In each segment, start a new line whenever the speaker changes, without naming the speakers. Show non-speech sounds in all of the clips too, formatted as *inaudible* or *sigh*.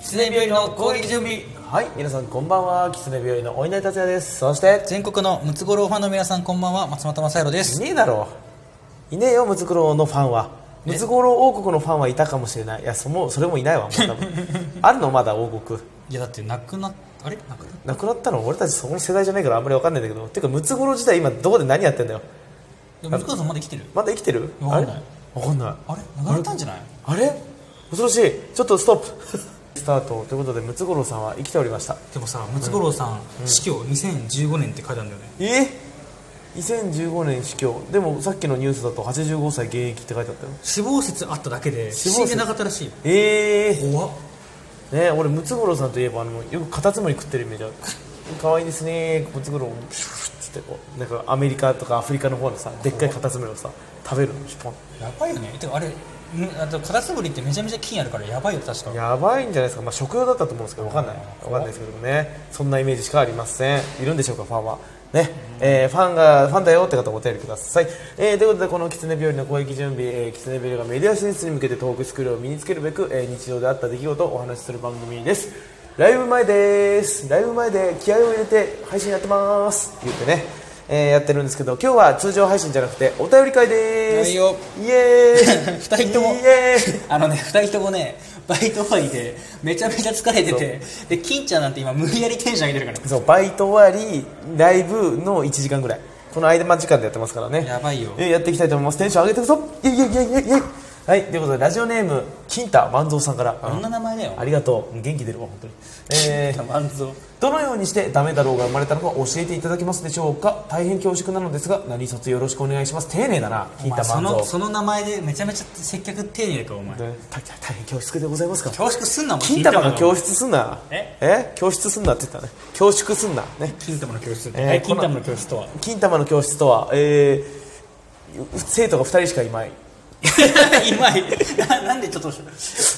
狐病院の攻撃準備
はい皆さんこんばんは狐病院のお稲荷達也ですそして
全国のムツゴロウファンの皆さんこんばんは松本正弘です
いねえだろいねえよムツゴロウのファンはムツゴロウ王国のファンはいたかもしれないいやそもうそれもいないわもう
*laughs*
多分あるのまだ王国
いやだってなくなっあれなくなっ
亡くなったの俺たちそこの世代じゃないからあんまりわかんないんだけどてかムツゴロウ自体今どこで何やってんだよ
でもムツゴロウさんまだ生きてる
まだ生きてる
わかん
あ
ない
れわかんない
あれ流れたんじゃない
あれ恐ろしいちょっとストップ *laughs* スタートということでムツゴロウさんは生きておりました
でもさムツゴロウさん、死去2015年って書いてあるんだよね
え2015年死去でもさっきのニュースだと85歳現役って書いてあったよ
死亡説あっただけで
死亡
死
説
んでなかったらしいよ
ええ
怖っ
ね俺ムツゴロウさんといえばあのよくカタツムリ食ってるイメージある可愛いですねムツゴロウピューッつってこうなんかアメリカとかアフリカの方のさでっかいカタツムリをさ食べるのシュポン
やばいよねてかあれむあとカタツムリってめちゃめちゃ菌あるからやばいよ確か
やばいんじゃないですか、まあ、食用だったと思うんですけどわかんないわかんないですけどもねそんなイメージしかありませんいるんでしょうかファンはね、えーファンがファンだよって方お便りください、えーということでこの狐病院の攻撃準備、えー、狐病院がメディア進出に向けてトークスクールを身につけるべく、えー日常であった出来事をお話しする番組ですライブ前ですライブ前で気合を入れて配信やってますって言ってね、えーやってるんですけど今日は通常配信じゃなくてお便り会です
はいよ
イエー
*laughs*
イ
二人とも
イエーイ
あのね2人ともねバイト終わりでめちゃめちゃ疲れててで金ちゃんなんて今無理やりテンション上げてるから
そうバイト終わりライブの1時間ぐらいこの間間時間でやってますからね
やばいよ
えやっていきたいと思いますテンション上げていくぞイエイイエイイエイイエイイエイはいということでラジオネーム金太万蔵さんから
こんな名前だよ
ありがとう元気出るわ本当にえー
万蔵
どのようにしてダメだろうが生まれたのか教えていただけますでしょうか大変恐縮なのですが何卒よろしくお願いします丁寧だな
お
金
前そ
太万
の
蔵
その名前でめちゃめちゃ接客丁寧かお前
ね大大変恐縮でございますか
恐縮すんなお前
金玉の
金
教室すんな
え
教室すんなって言ったね恐縮すんなね
金玉の教室
えー
はい金玉の教室とは
金玉の教室とは、えー生徒が2人しかいない
*laughs* 今ななんでちょっ *laughs* と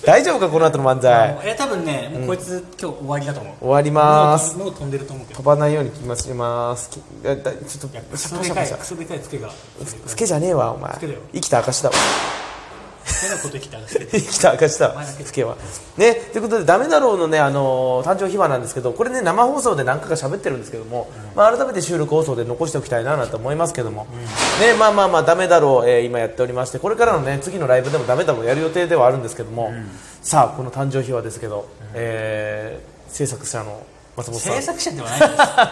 大丈夫かこの後の漫才
え多分ねもうこいつ今日終わりだと思う
終わります
もう飛んでると思うけど
飛ばないように聞きますしますきあだちょっと
いやク
シ
ソ
ャパ
で
シャ
か
パ
い
シャ
クソでかいツケが
老けじゃねえわお前
けだよ
生きた証だわ
変なこと言ってき *laughs* たらしい
生きた証だ
お
わ
前だけ
老けはねということでダメだろうのねあのー誕生秘話なんですけどこれね生放送で何回か喋ってるんですけども、まあ改めて収録放送で残しておきたいななんて思いますけども、ねまあまあまあダメだろう、えー今やっておりましてこれからのね次のライブでもダメだろうやる予定ではあるんですけども、さあこの誕生秘話ですけど、えー制作者の松本さん
制作者では *laughs* ないで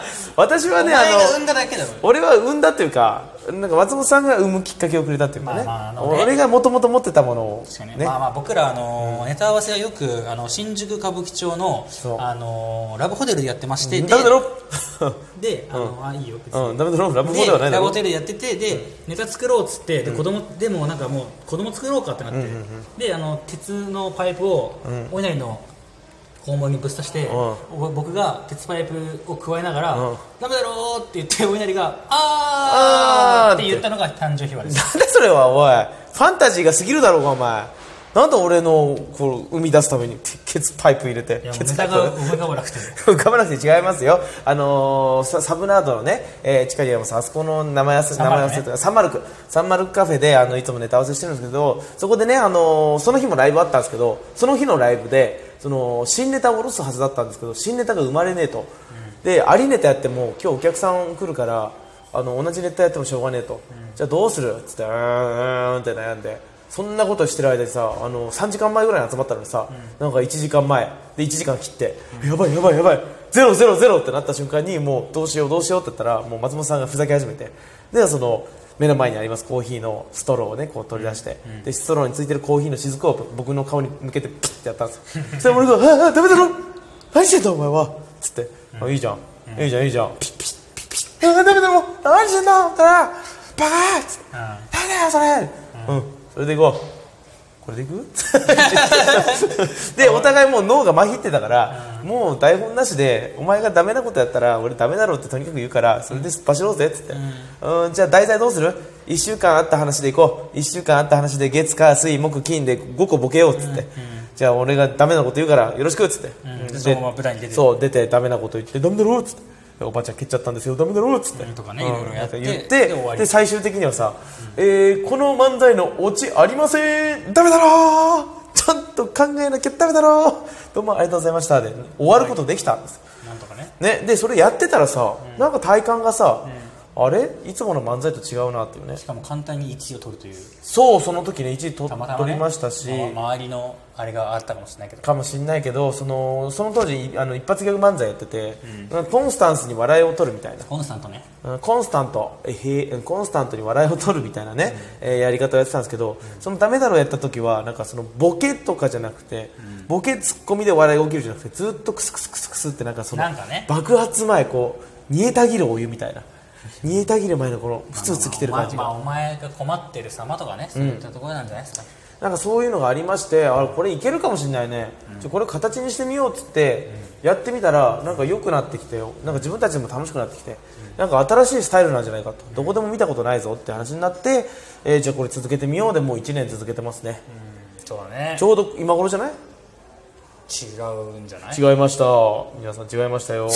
す
*laughs* 私は
お前
ねあ
が
の
産んだだけだろ
俺は産んだというかなんか松本さんが産むきっかけをくれたというかね,、
まあまあね
俺がもともと持ってたものを
確かにね
ね
まあまあ僕らあのー、ネタ合わせはよくあの新宿歌舞伎町の
そう
あのーラブホテルでやってまして
うん
で
ダメだろ
であの、あいいよ別に、
*laughs* うんダメだろラブホではないだ
ラブホ
ろ
テルでやっててで、ネタ作ろうっつってで子供でもなんかもう子供作ろうかってなって、であの鉄のパイプをお稲荷の肛門にぶっ刺して、お僕が鉄パイプを加えながら「
うん
ダメだろ」って言ってお稲荷が「あー」
あー
って言ったのが誕生秘
*laughs*
話です
なんだそれはおいファンタジーが過ぎるだろうがお前なんで俺のこう生み出すためにケツパイプ入れて
いやもう
ケ
ネ
ツパ
タ
イプ
が思い浮かばなくて *laughs*
*laughs* 浮かばなくて違いますよ、あのーササブナードのね、えー、近くにありますあそこの名前合わせ、
サン
名
マ
前
ル
合
クね
わせとかサンマルクサンマルクカフェであのいつもネタ合わせしてるんですけどそこでね、あのーその日もライブあったんですけどその日のライブでその新ネタを下ろすはずだったんですけど新ネタが生まれねえと、でありネタやっても今日お客さん来るからあの同じネタやってもしょうがねえと、じゃあどうするっつってうーんうーんって悩んで。そんなことしてる間にさあの3時間前ぐらいに集まったのにさ、なんか1時間前で1時間切って、やばいやばいやばいゼロゼロゼロってなった瞬間にもうどうしようどうしようって言ったらもう松本さんがふざけ始めてでその目の前にありますコーヒーのストローをねこう取り出して、でストローについてるコーヒーの雫を僕の顔に向けてピッてやったんですよそしたら俺が「ああダメだろ何してんだお前は」つって、あ「いいじゃんいいじゃんいいじゃん」ピッピッピッピッ「ああダメだろ何してんだ本当だバカ!」っつって
うん
「誰だよそれ!」うん、それでいこうこれでいくでお互いもう脳がまひってたからもう台本なしでお前がダメなことやったら俺ダメだろうってとにかく言うからそれですっ走ろうぜっつって、うん、じゃあ題材どうする1週間あった話でいこう1週間あった話で月火水木金で5個ボケようっつって、じゃあ俺がダメなこと言うからよろしくっつって、
ん
で
そのまま舞台に出て
そう出てダメなこと言ってダメだろうっつっておばあちゃん蹴っちゃったんですよダメだろうっつって、
とかねいろいろやって
なんか言
で
っ
終わ
て
り
で最終的にはさ、えーこの漫才のオチありませんダメだろーちゃんと考えなきゃダメだろうどうもありがとうございましたで終わることできたんです、
なんとかね
ね、でそれやってたらさ、なんか体感がさ、あれいつもの漫才と違うなっていうね
しかも簡単に1位を取るという
そうその時ね1位と
たまたま、ね、
取りましたし、
ま周りのあれがあったかもしれないけど
かもしんないけどそのその当時あの一発ギャグ漫才やってて、コンスタンスに笑いを取るみたいな
コンスタントね
うんコンスタントえへえコンスタントに笑いを取るみたいなね、えーやり方をやってたんですけど、そのダメだろうやった時はなんかそのボケとかじゃなくて、ボケツッコミで笑いが起きるじゃなくてずっとクスクスクスクスってなんかその
なんかね
爆発前こう煮えたぎるお湯み
*laughs*
たいな煮えたぎる前のこのふつふつきてる感じ
まあ
が
まあお前が困ってる様とかねそういったところなんじゃないですか、
なんかそういうのがありましてあこれいけるかもしれないね、ちょこれ形にしてみようっつってやってみたらなんか良くなってきてなんか自分たちでも楽しくなってきて、なんか新しいスタイルなんじゃないかと、どこでも見たことないぞって話になって、えーじゃあこれ続けてみようでもう1年続けてますね、
そうだね
ちょうど今頃じゃない
違うんじゃない
違いました皆さん違いましたよ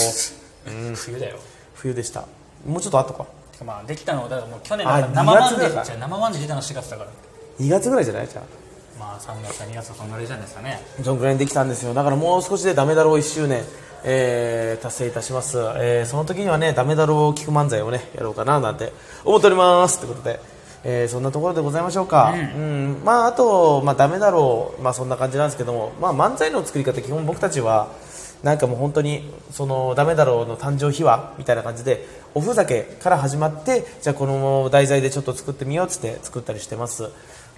冬だよ
冬でしたもうちょっと後か
てかまあできたのだからもう去年だから
あ
生マン
二
デ
月だ
ーじゃあ生マンデー出たの4月だから
2月ぐらいじゃないじゃあ
まあ3月か2月はそんぐらいじゃないですかね
そのぐらいにできたんですよだからもう少しでダメだろう1周年、えー達成いたします、えーその時にはねダメだろうを聞く漫才をねやろうかななんて思っておりますということで、えーそんなところでございましょうか、うんまああと、まあ、ダメだろう、まあ、そんな感じなんですけども、まあ、漫才の作り方基本僕たちはなんかもう本当にそのダメだろうの誕生秘話みたいな感じでおふざけから始まってじゃあこの題材でちょっと作ってみようっつって作ったりしてます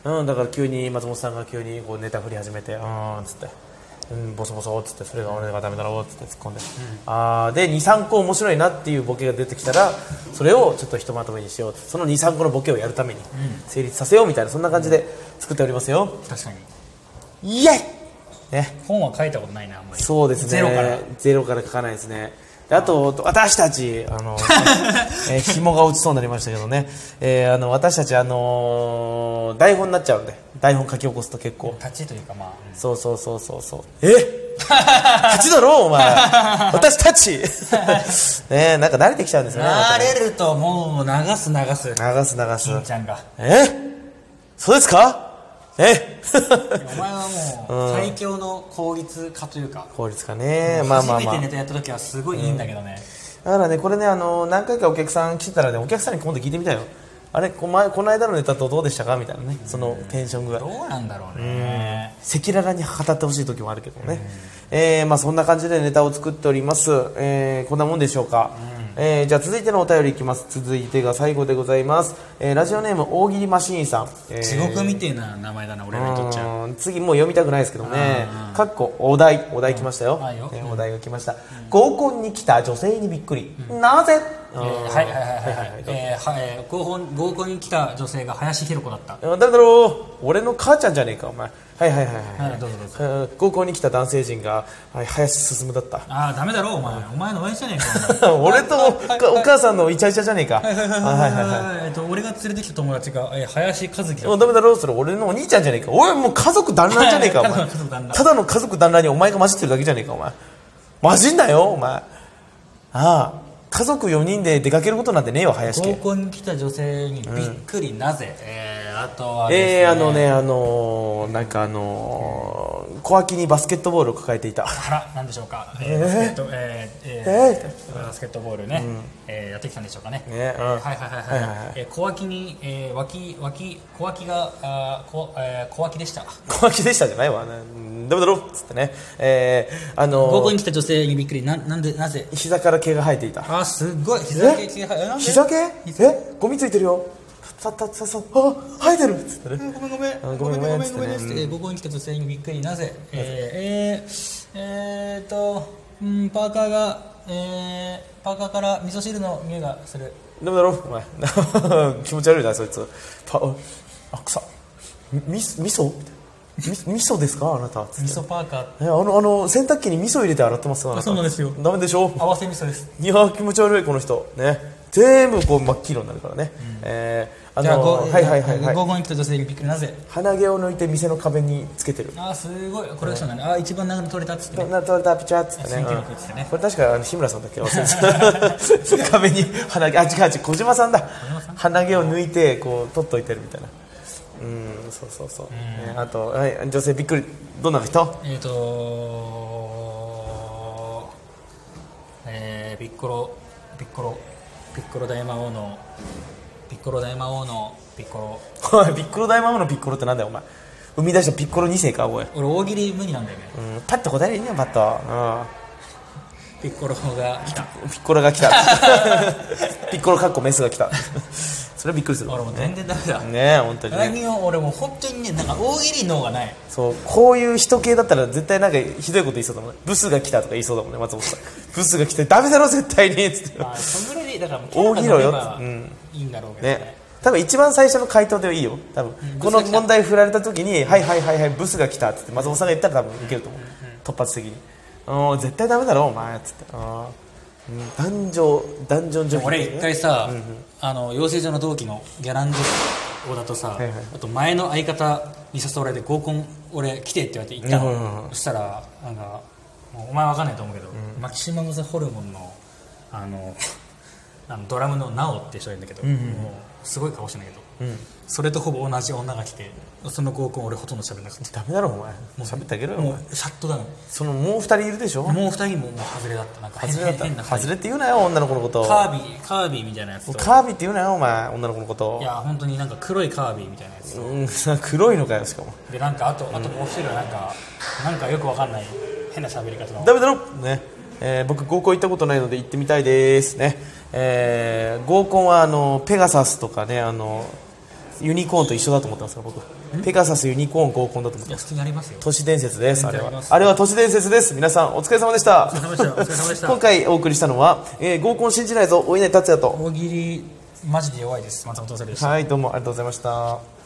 うん、だから急に松本さんが急にこうネタ振り始めて、うーんっつって、うん、ボソボソっつって、それが俺がダメだろうっつって突っ込んで、あーで、2、3個面白いなっていうボケが出てきたら、それをちょっとひとまとめにしよう、その2、3個のボケをやるために成立させようみたいな、そんな感じで作っておりますよ。
確かに
イエイね、
本は書いたことないなあんまり
そうですね、
ゼロから
ゼロから書かないですね。であと、私たち、あ
*laughs*
の、えー紐が落ちそうになりましたけどね、えーあの私たち、あのー台本になっちゃうんで、台本書き起こすと結構、
立ちというかまあ、うん
そうそうそうそうそう。
*laughs*
え立ちだろお前。私たちねえ、なんか慣れてきちゃ *laughs* うんですよね。
慣れるともう流す流す
流す流
金
す。
ちゃんが
えそうですかえ *laughs*
お前はもう最強の効率化というか
効率かね。まあまあ
初め
まあ
てネ。タやった時はすごいいいんだけどね、
だからね、これね、あの、何回かお客さん来てたらね、お客さんに今度聞いてみたよ。あれ、こ前この間のネタとどうでしたかみたいなね。そのテンション具合。
どうなんだろうね、
赤裸々に語ってほしい時もあるけどね、えーまあ、そんな感じでネタを作っております、えーこんなもんでしょうか、えーじゃあ続いてのお便りいきます続いてが最後でございます、えーラジオネーム大喜利マシーンさん、えー
地獄みてえな名前だな俺らにとっちゃう
うん次もう読みたくないですけどねかっこお題お題来ましたよ,、
うんはいよ
ねお題が来ました、合コンに来た女性にびっくり、なぜ、
えー
うん
はいはいはいはいはいえーはいえー合コン合コンに来た女性が林弘子だった
誰だろう俺の母ちゃんじゃねえかお前はいはいはいはい、
はいどうぞどうぞ
えー合コンに来た男性陣が、はい、林進だった
*laughs* ああダメだろお前お前の親父じゃねえかお *laughs* 前
俺とお
はいはい
お母さんのイチャイチャじゃねえか。はい
はいはい
はい
はい
は
はいはいえっと俺が連れてきた友達が、えー林和樹
い。
だ
も
っ
うダメだろ、それ俺のお兄ちゃんじゃねえか。おい、もう家族団らんじゃねえか、お
はい
前
*laughs* 家族団ら。ん
ただの家族団らんにお前が混じってるだけじゃねえか、お前。混じんなよ、お前。ああ、家族4人で出かけることなんてねえよ、
た
林
合
家。
コンに来た女性にびっくり、なぜえーあとはですね
えー、あのね、あのー、なんかあのー、小脇にバスケットボールを抱えていた。
腹なんでしょうか、えーバスケットえーえーバスケットボールね、えーやってきたんでしょうかね。
ね
えー
う
はい
ん
はいはい
はい
は
はい
い。えー小脇に、えー、脇脇小脇があーこえー小脇でした。
小脇でしたじゃないわ。うんダメだろ、つってね。えー、あ
合コ
の
ン
ー、
に来た女性にびっくりななんでなぜ。
膝から毛が生えていた。
あーすっごい膝毛
え
毛がえーなんで
膝毛えゴミついてるよたたたたあ生えてるっつってね
ごめんごめん
あ
ご
ご
め
め
んごめんごめん
んごめん
ごめんですえー合コンに来た女性にびっくりなぜえーえーえーっとうんパーカーがえーパーカーから味噌汁の匂いがする。
ダメだろお *laughs* 前気持ち悪いなそいつパあ臭みみ味噌み味噌ですかあなたつっ
味
て
噌パーカー
えあのあの洗濯機に味噌入れて洗ってますあな
そうなん
た
ですよ
ダメでしょ
合わせ味噌です。
いやー気持ち悪いこの人ね全部こう真っ黄色になるからね、えーあ
じゃあ、ご
のーはいはいはいはい
合コンに来た女性にびっくりなぜ
鼻毛を抜いて店の壁につけてる
ああすごいコレクションだねああ一番長め取れたっつってね
な取れたピチャーっつってね
新記録っつってね
これ確かあの日村さんだっけ忘れてた壁に鼻毛あ違う違う小島さんだ鼻毛を抜いてこう取っといてるみたいなうんそうそうそう、ねあとはい女性びっくりどんな人
えっ、とえー、ピッコロピッコロピッコロ大魔王のピッコロ大魔王のピッコロ
おいピッコロ大魔王のピッコロってなんだよお前生み出したピッコロ2世かおい、
俺大喜利無理なんだよね
うん、パッと答えりゃいいねパッと、
ピッコロが来た
うん、ピッコロが来た
*laughs*
ピッコロかっこメスが来たそれはびっくりする
俺もう全然ダメだ、
ねえ本当にね
ラミオン俺もう本当にねなんか大喜利脳がない
そうこういう人系だったら絶対なんかひどいこと言いそうだもんねブスが来たとか言いそうだもんね松本さんブスが来てダメだろ絶対にっつって
まあそんぐらいでだから
大喜利よ
ばいいんだろうけどね
ね多分一番最初の回答でいいよ多分、
ん
こ
ブ
の
スが来た
問題振られた時に「はいはいはいはいブスが来た」っつって松本さんが言ったら多分いけると思う、突発的に「うん絶対ダメだろお前」っつって「あーうん男女男女女卑
俺一回さ、あの養成所の同期のギャランド小田とさ、
いはい
あと前の相方に誘われて合コン俺来てって言われて行ったの、
うんうんうん
そしたらなんかもうお前わかんないと思うけど、マキシマム・ザ・ホルモンのあの *laughs* あのドラムのナオって人がいるんだけど、もうすごい顔してんだけど、それとほぼ同じ女が来てその合コン俺ほとんど喋らなかっ
ダメだろお前喋ってあげろ
た
よ
も
お前
うシャットダウン
そのもう二人いるでしょ
もう二人ももう外れだったなんか
外れだった
変な
外れって言うなよ女の子のこと
カービィカービィみたいなやつと
カービィって言うなよお前女の子のこと
いや本当になんか黒いカービィみたいなやつ
うん、黒いのかよしかも
でなんかあとあともう一人はなんかなんかよくわかんない変な喋り方の
ダメだろね、えー僕合コン行ったことないので行ってみたいですね、えー合コンはあのペガサスとかねあのユニコーンと一緒だと思ってますから僕ペガサスユニコーン合コンだと
い
思って
や
ます
普通にありますよ
都市伝説ですあれ
全然あり
は
ます
あれは都市伝説です皆さんお疲れ様でした
お疲れ様でしたお疲れ様でした
*laughs* 今回お送りしたのは、えー合コン信じないぞお稲荷達也と
大喜利マジで弱いです松本さんでした
はいどうもありがとうございました